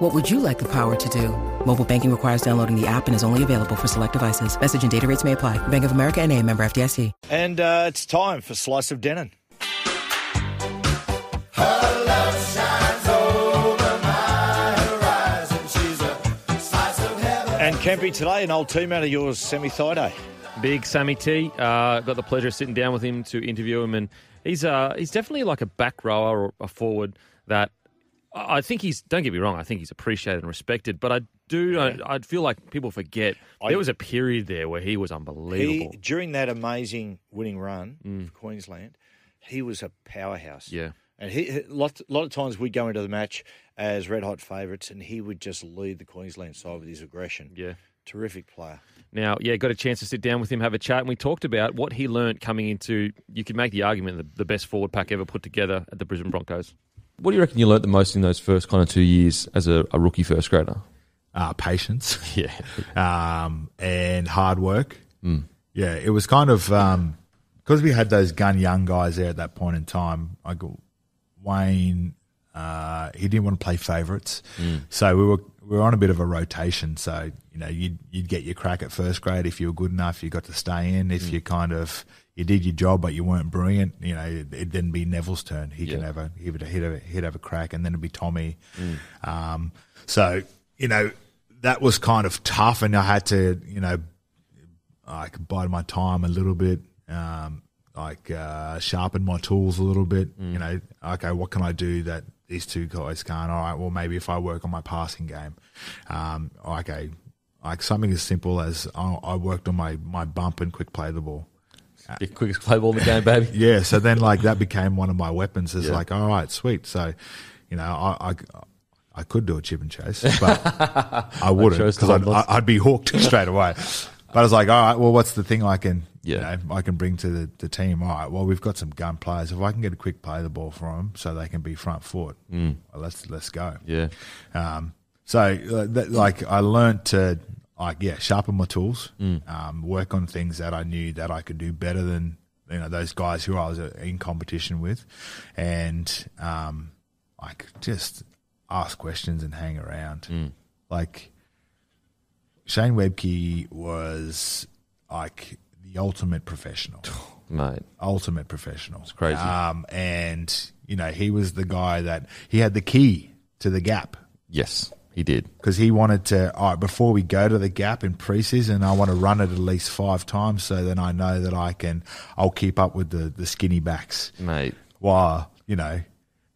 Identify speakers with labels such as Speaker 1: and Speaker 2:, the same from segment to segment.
Speaker 1: What would you like the power to do? Mobile banking requires downloading the app and is only available for select devices. Message and data rates may apply. Bank of America and a member FDIC.
Speaker 2: And uh, it's time for Slice of Denon. And Kempy, today an old teammate of yours, Semi Thaiday.
Speaker 3: Big Sammy T. Uh, got the pleasure of sitting down with him to interview him, and he's uh, he's definitely like a back rower or a forward that I I think he's. Don't get me wrong, I think he's appreciated and respected, but I do I, I feel like people forget there was a period there where he was
Speaker 2: He,
Speaker 3: unbelievable.
Speaker 2: during that amazing winning run for Queensland, he was a powerhouse.
Speaker 3: Mm. Yeah.
Speaker 2: And he, a lot, lot of times we'd go into the match as red hot favourites, and he would just lead the Queensland side with his aggression.
Speaker 3: yeah.
Speaker 2: Terrific player.
Speaker 3: Now, yeah, got a chance to sit down with him, have a chat, and we talked about what he learnt coming into. You could make the argument the, the best forward pack ever put together at the Brisbane Broncos.
Speaker 4: What do you reckon you learnt the most in those first kind of two years as a, a rookie first grader?
Speaker 5: uh, patience
Speaker 4: Yeah.
Speaker 5: um, and hard work. Yeah, it was kind of because we had those gun young guys there at that point in time. I go, Wayne, uh, he didn't want to play favourites, so we were we were on a bit of a rotation. So you know, you'd you'd get your crack at first grade if you were good enough. You got to stay in. If you kind of you did your job, but you weren't brilliant. You know, it, it'd then be Neville's turn. He can
Speaker 4: Yeah.
Speaker 5: have a he would he'd have, a- he'd have a crack, and then it'd be Tommy. Um, so you know, that was kind of tough, and I had to you know I could bide my time a little bit, um, like uh, sharpen my tools a little bit. You know, okay, what can I do that these two guys can't? All right, well maybe if I work on my passing game, um, okay, like something as simple as I, I worked on my my bump and quick play of the ball.
Speaker 4: The quickest play ball in the game, baby.
Speaker 5: Yeah, so then like that became one of my weapons. It's like, all right, sweet. So, you know, I, I I could do a chip and chase, but I wouldn't
Speaker 4: chose to
Speaker 5: because I'd,
Speaker 4: hold on.
Speaker 5: I'd be hooked straight away. But I was like, all right, well, what's the thing I can
Speaker 4: Yeah.
Speaker 5: you know, I can bring to the, the team? All right, well, we've got some gun players. If I can get a quick play of the ball from them, so they can be front foot, well, let's let's go.
Speaker 4: Mm. Yeah.
Speaker 5: Um, so, uh, that, like, I learned to, like, yeah, sharpen my tools,
Speaker 4: Mm.
Speaker 5: um, work on things that I knew that I could do better than, you know, those guys who I was uh, in competition with. And, um, like, just ask questions and hang around.
Speaker 4: Mm.
Speaker 5: Like, Shane Webke was, like, the ultimate professional
Speaker 4: Mate.
Speaker 5: ultimate professional. It's
Speaker 4: crazy.
Speaker 5: Um, and you know, he was the guy that he had the key to the gap
Speaker 4: Yes, he did.
Speaker 5: because he wanted to. All right, before we go to the gap in preseason, I want to run it at least five times, so then I know that I can. I'll keep up with the the skinny backs
Speaker 4: Mate.
Speaker 5: while you know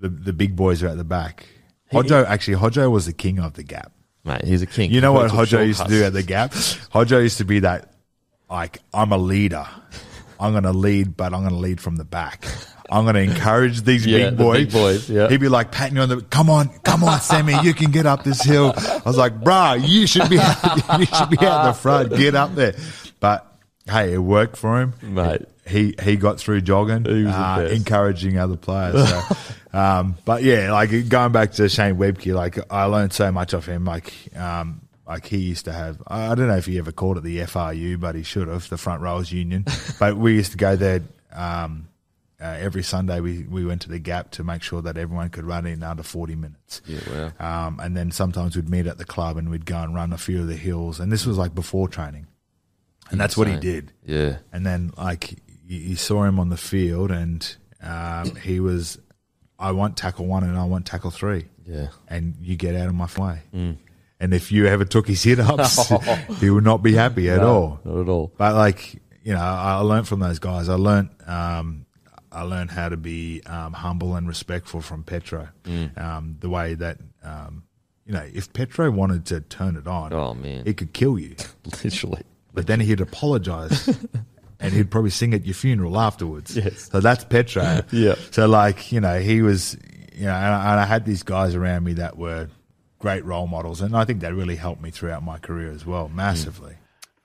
Speaker 5: the the big boys are at the back. Hodjo actually, Hodjo was the king of the gap.
Speaker 4: Mate, he's a king.
Speaker 5: You know what
Speaker 4: Completes all
Speaker 5: Hodjo used to do at the
Speaker 4: short
Speaker 5: gap? Hodjo used to be that, like, I'm a leader. I'm going to lead, but I'm going to lead from the back. I'm going to encourage these
Speaker 4: Yeah,
Speaker 5: big
Speaker 4: the
Speaker 5: boys.
Speaker 4: big boys, yeah.
Speaker 5: He'd be like patting you on the, come on, come on, Sammy, you can get up this hill. I was like, bruh, you should be, you should be out the front, get up there. But hey, it worked for him,
Speaker 4: Mate.
Speaker 5: He he got through jogging,
Speaker 4: He was the
Speaker 5: uh,
Speaker 4: best.
Speaker 5: encouraging other players. So, um, but yeah, like going back to Shane Webke, like I learned so much of him. Like um, like he used to have, I I don't know if he ever called it the FRU, but he should have the Front Rowers Union. but we used to go there. Um, uh, every Sunday, we, we went to the gap to make sure that everyone could run in under 40 minutes.
Speaker 4: Yeah,
Speaker 5: wow. Um, and then sometimes we'd meet at the club and we'd go and run a few of the hills. And this was like before training. And that's what he
Speaker 4: Insane.
Speaker 5: did.
Speaker 4: Yeah.
Speaker 5: And then like you, you saw him on the field, and um, he was, I want tackle one and I want tackle three.
Speaker 4: Yeah. Mm.
Speaker 5: And you get out of my way. And if you ever took his hit ups, he would not be happy at all.
Speaker 4: Not at all.
Speaker 5: But like you know, I I learned from those guys. I learned um, I learned how to be um, humble and respectful from Petro.
Speaker 4: Mm.
Speaker 5: Um, the way that um, you know, if Petro wanted to turn it on,
Speaker 4: Oh, man.
Speaker 5: he could kill you.
Speaker 4: Literally.
Speaker 5: But then he'd apologize. And he'd probably sing at your funeral afterwards.
Speaker 4: Yes.
Speaker 5: So that's Petro.
Speaker 4: Yeah.
Speaker 5: So like you know, he was you know, and I, and I had these guys around me that were great role models, and I think that really helped me throughout my career as well, massively.
Speaker 2: Mm.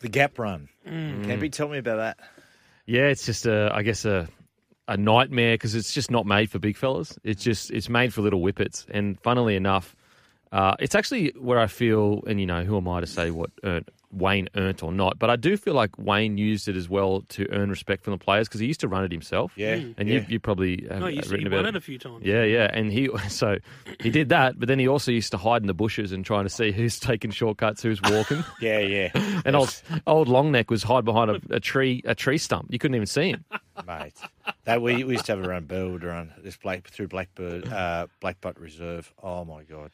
Speaker 2: The gap run. Kempy, tell me about that.
Speaker 3: Yeah, it's just a, I guess a a nightmare because it's just not made for big fellas. It's just it's made for little whippets. And funnily enough, uh, it's actually where I feel, and you know, who am I to say what earned, Wayne earned or not? But I do feel like Wayne used it as well to earn respect from the players because he used to run it himself.
Speaker 2: Yeah, Mm.
Speaker 3: and
Speaker 2: yeah.
Speaker 3: you you probably have
Speaker 6: No, Oh, you,
Speaker 3: uh,
Speaker 6: you
Speaker 3: written
Speaker 6: won
Speaker 3: about
Speaker 6: it a few times.
Speaker 3: Yeah, yeah, and he so he did that, but then he also used to hide in the bushes and trying to see who's taking shortcuts, who's walking.
Speaker 2: Yeah, yeah,
Speaker 3: and old old Longneck was hide behind a, a tree a tree stump. You couldn't even see him.
Speaker 2: mate. That we, we used to have a run, build run this Blake through Blackbird, uh, Blackbutt Reserve. Oh my god,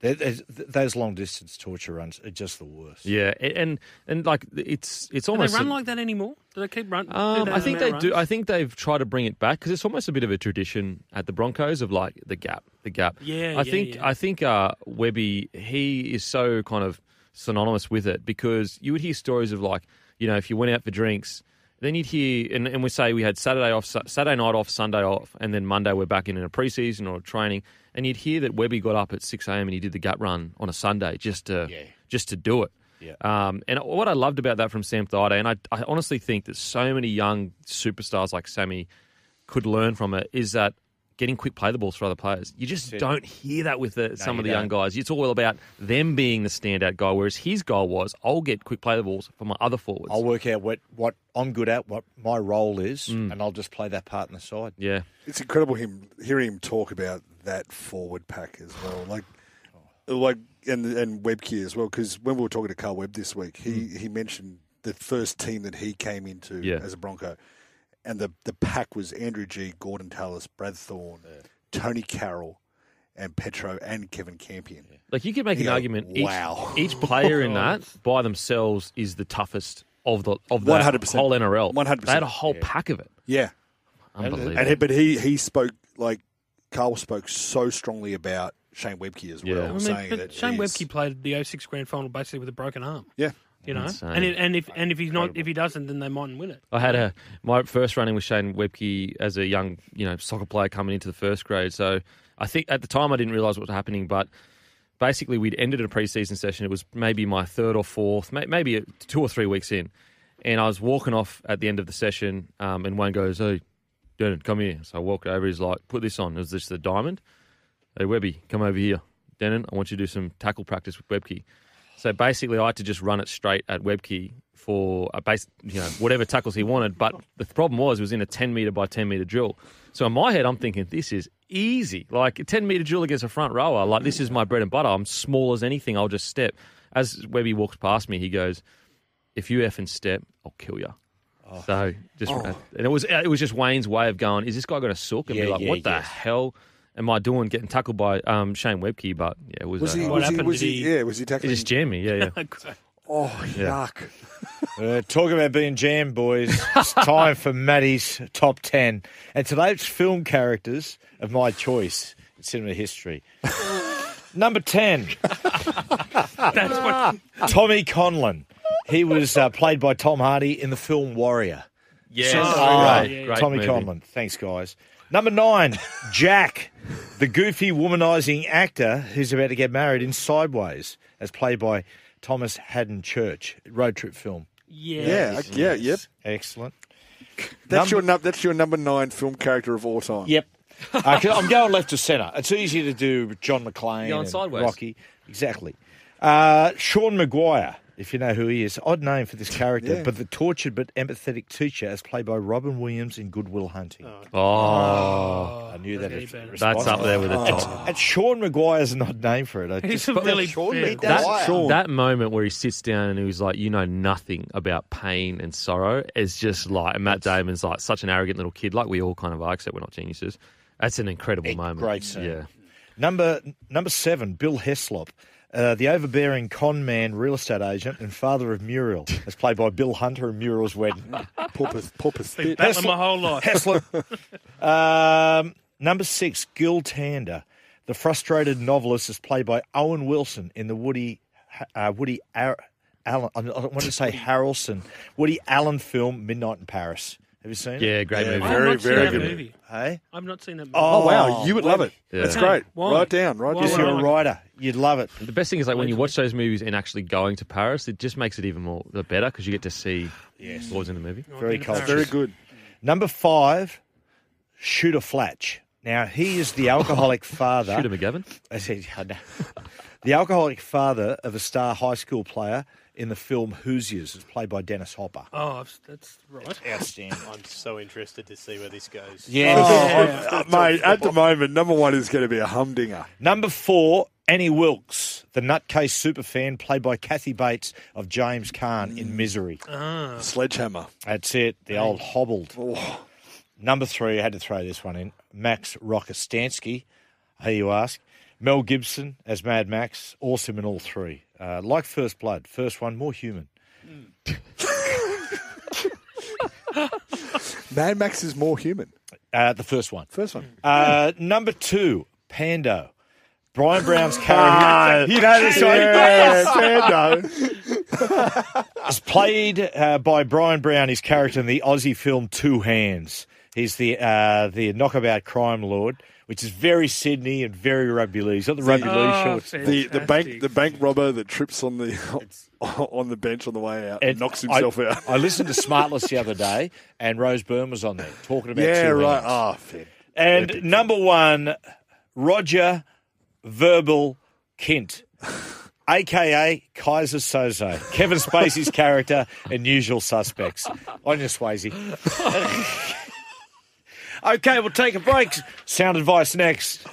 Speaker 2: There- there's- those long distance torture runs are just the worst.
Speaker 3: Yeah, a- and and like it's it's
Speaker 6: Do they
Speaker 3: almost
Speaker 6: run
Speaker 3: a-
Speaker 6: like that anymore? Do they keep running?
Speaker 3: Um, I think they do. I think they've tried to bring it back because it's almost a bit of a tradition at the Broncos of like the gap, the gap.
Speaker 6: Yeah,
Speaker 3: I
Speaker 6: yeah,
Speaker 3: think
Speaker 6: yeah.
Speaker 3: I think uh, Webby he is so kind of synonymous with it because you would hear stories of like you know if you went out for drinks. Then you'd hear, and, and we say we had Saturday off, Su- Saturday night off, Sunday off, and then Monday we're back in in a preseason or training. And you'd hear that Webby got up at six a.m. and he did the gut run on a Sunday just to
Speaker 2: Yeah.
Speaker 3: just to do it.
Speaker 2: Yeah.
Speaker 3: Um, and what I loved about that from Sam Thaiday, and I, I honestly think that so many young superstars like Sammy could learn from it, is that getting quick play the balls for other players. You just don't hear that with the, some
Speaker 2: you
Speaker 3: of the young
Speaker 2: don't.
Speaker 3: guys. It's all about them being the standout guy, whereas his goal was, I'll get quick play the balls for my other forwards.
Speaker 2: I'll work out what, what I'm good at, what my role is, and I'll just play that part in the side.
Speaker 3: yeah.
Speaker 7: It's incredible him hearing him talk about that forward pack as well, like, like and and WebQ as well. Because when we were talking to Carl Webb this week, he he mentioned the first team that he came into
Speaker 3: Mm. Yeah.
Speaker 7: as a Bronco, and the the pack was Andrew G, Gordon Tallis, Brad Thorne, Tony Carroll, and Petro and Kevin Campion.
Speaker 3: Like you could make
Speaker 7: You
Speaker 3: an
Speaker 7: go,
Speaker 3: argument. each-
Speaker 7: "Wow."
Speaker 3: Each, player in that by themselves is the toughest of the of the
Speaker 7: 100%.
Speaker 3: whole NRL. They had
Speaker 7: 100%.
Speaker 3: a whole pack of it.
Speaker 7: Yeah,
Speaker 3: Unbelievable.
Speaker 7: and he, but he he spoke like Carl spoke so strongly about Shane Webke as well,
Speaker 3: Yeah. I mean,
Speaker 7: saying
Speaker 6: but
Speaker 7: that
Speaker 6: Shane
Speaker 7: he's-
Speaker 6: Webke played the 06 grand final basically with a broken arm.
Speaker 7: Yeah,
Speaker 6: You know,
Speaker 3: Insane.
Speaker 6: and, it, and if and if he's not, if he doesn't, then they mightn't win it.
Speaker 3: I had a my first running with Shane Webke as a young, you know, soccer player coming into the first grade. So I think at the time I didn't realize what was happening, but basically we'd ended a preseason session. It was maybe my third or fourth, may- maybe two or three weeks in, and I was walking off at the end of the session, um, and Wayne goes, "Hey, Denon, come here." So I walked over. He's like, "Put this on." It was just the diamond. Hey, Webby, come over here. Denon, I want you to do some tackle practice with Webke. So basically, I had to just run it straight at Webkey for a base, you know, whatever tackles he wanted. But the problem was, it was in a 10 meter by 10 meter drill. So in my head, I'm thinking, this is easy. Like a 10 meter drill against a front rower, like this is my bread and butter. I'm small as anything. I'll just step. As Webby walks past me, he goes, if you effing step, I'll kill you.
Speaker 2: Oh.
Speaker 3: So just and it was it was just Wayne's way of going. Is this guy going to sook and be
Speaker 2: Yeah,
Speaker 3: like,
Speaker 2: yeah,
Speaker 3: what
Speaker 2: yeah.
Speaker 3: the hell am I doing? Getting tackled by um, Shane Webkey, but yeah, it was,
Speaker 7: was
Speaker 3: a-
Speaker 7: he?
Speaker 6: What
Speaker 7: Was he,
Speaker 6: happened?
Speaker 7: was
Speaker 6: Did
Speaker 7: he?
Speaker 6: he-
Speaker 7: Yeah, was he
Speaker 3: he
Speaker 7: tackling?
Speaker 3: just jammed me. Yeah, yeah.
Speaker 7: oh yuck!
Speaker 2: Uh, talking about being jammed, boys. It's time for Maddie's top ten, and today's film characters of my choice in cinema history. Number ten,
Speaker 6: That's what.
Speaker 2: Tommy Conlon. He was uh, played by Tom Hardy in the film Warrior.
Speaker 3: Yes.
Speaker 2: Ah,
Speaker 6: Oh, yeah,
Speaker 2: Tommy
Speaker 3: movie.
Speaker 2: Conlon. Thanks, guys. Number nine, Jack, the goofy womanizing actor who's about to get married in Sideways, as played by Thomas Haddon Church, road trip film.
Speaker 6: Yeah.
Speaker 7: Yeah, I- yeah, yep.
Speaker 2: Excellent.
Speaker 7: That's your num- that's your number nine film character of all time.
Speaker 2: Yep. Uh, 'cause I'm going left to centre. It's easy to do John McClane,
Speaker 3: You're on
Speaker 2: and
Speaker 3: sideways.
Speaker 2: Rocky. Exactly. Uh, Sean Maguire, if you know who he is. Odd name for this character,
Speaker 7: Yeah.
Speaker 2: but the tortured but empathetic teacher as played by Robin Williams in Goodwill Hunting.
Speaker 3: Oh,
Speaker 2: I knew that.
Speaker 6: okay,
Speaker 2: if-
Speaker 6: better.
Speaker 3: that's up there with the top.
Speaker 2: And Sean Maguire's an odd name for it. I
Speaker 6: He's
Speaker 2: just,
Speaker 6: a really
Speaker 7: Sean
Speaker 6: fair-
Speaker 7: Lee does-
Speaker 3: That,
Speaker 7: That's Sean.
Speaker 3: that moment where he sits down and he's like, "You know nothing about pain and sorrow," is just like and Matt Damon's like such an arrogant little kid, like we all kind of are, except we're not geniuses. That's an incredible moment.
Speaker 2: great scene.
Speaker 3: Yeah,
Speaker 2: number number seven, Bill Heslop, uh, the overbearing con man, real estate agent, and father of Muriel, as played by Bill Hunter in Muriel's Wedding.
Speaker 7: Porpoise, porpoise spit.
Speaker 6: That one my whole life.
Speaker 2: Hessler. um, number six, Gil Tander, the frustrated novelist, is played by Owen Wilson in the Woody uh, Woody Ar- Allen. I don't want to say Harrelson, Woody Allen film Midnight in Paris. Have you seen
Speaker 3: Yeah,
Speaker 2: it?
Speaker 3: great
Speaker 7: Yeah,
Speaker 3: movie.
Speaker 6: I've
Speaker 7: Very,
Speaker 6: not seen
Speaker 7: very
Speaker 6: that
Speaker 7: good.
Speaker 6: movie.
Speaker 2: Hey?
Speaker 6: I've not seen that movie.
Speaker 7: Oh, wow, you would love it.
Speaker 3: Yeah.
Speaker 7: That's
Speaker 6: Okay,
Speaker 7: great.
Speaker 6: why?
Speaker 7: Write down, write
Speaker 6: Why
Speaker 7: down.
Speaker 2: Just you're
Speaker 6: would
Speaker 2: a
Speaker 6: I-
Speaker 2: writer. You'd love it.
Speaker 3: The best thing is like when you watch those movies and actually going to Paris, it just makes it even more the better because you get to see yes. what's in the movie.
Speaker 6: I've
Speaker 2: Very
Speaker 6: been to
Speaker 2: cultured.
Speaker 6: Paris.
Speaker 7: Very good.
Speaker 2: Number five, Shooter Flatch. Now, he is the alcoholic father.
Speaker 3: Shooter McGavin.
Speaker 2: I said, I know. the alcoholic father of a star high school player in the film Hoosiers, is played by Dennis Hopper.
Speaker 6: Oh, I've- that's right.
Speaker 2: Outstanding.
Speaker 8: I'm so interested to see where this goes.
Speaker 2: Yes.
Speaker 7: Uh, mate, at the moment, number one is going to be a humdinger.
Speaker 2: Number four, Annie Wilkes, the nutcase superfan, played by Kathy Bates of James Caan in Misery.
Speaker 7: Sledgehammer.
Speaker 2: That's it, the old hobbled. Number three, I had to throw this one in. Max Rokostansky, who you ask. Mel Gibson as Mad Max, awesome in all three. Uh, like First Blood, first one, more human.
Speaker 7: Mad Max is more human.
Speaker 2: Uh, the first one.
Speaker 7: First one.
Speaker 2: Uh, number two, Pando. Brian Brown's character. you know this one. It's played uh, by Brian Brown, his character in the Aussie film Two Hands. He's the uh, the knockabout crime lord, which is very Sydney and very rugby league. He's got the rugby league
Speaker 6: Oh,
Speaker 7: uh,
Speaker 2: shorts.
Speaker 7: the the bank
Speaker 6: fantastic.
Speaker 7: the bank robber that trips on the on the bench on the way out and
Speaker 2: And
Speaker 7: knocks himself
Speaker 2: I,
Speaker 7: out.
Speaker 2: I listened to Smartless the other day, and Rose Byrne was on there talking about
Speaker 7: yeah,
Speaker 2: Two
Speaker 7: right.
Speaker 2: Hands.
Speaker 7: Ah, fair.
Speaker 2: And number one, Roger Verbal Kint, aka Kaiser Soze, Kevin Spacey's character and usual suspects. On your Swayze. okay, we'll take a break. Sound advice next.